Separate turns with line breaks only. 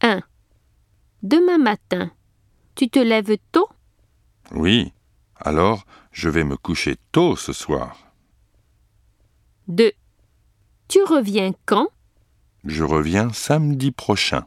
1. Demain matin, tu te lèves tôt
Oui, alors je vais me coucher tôt ce soir.
2. Tu reviens quand
Je reviens samedi prochain.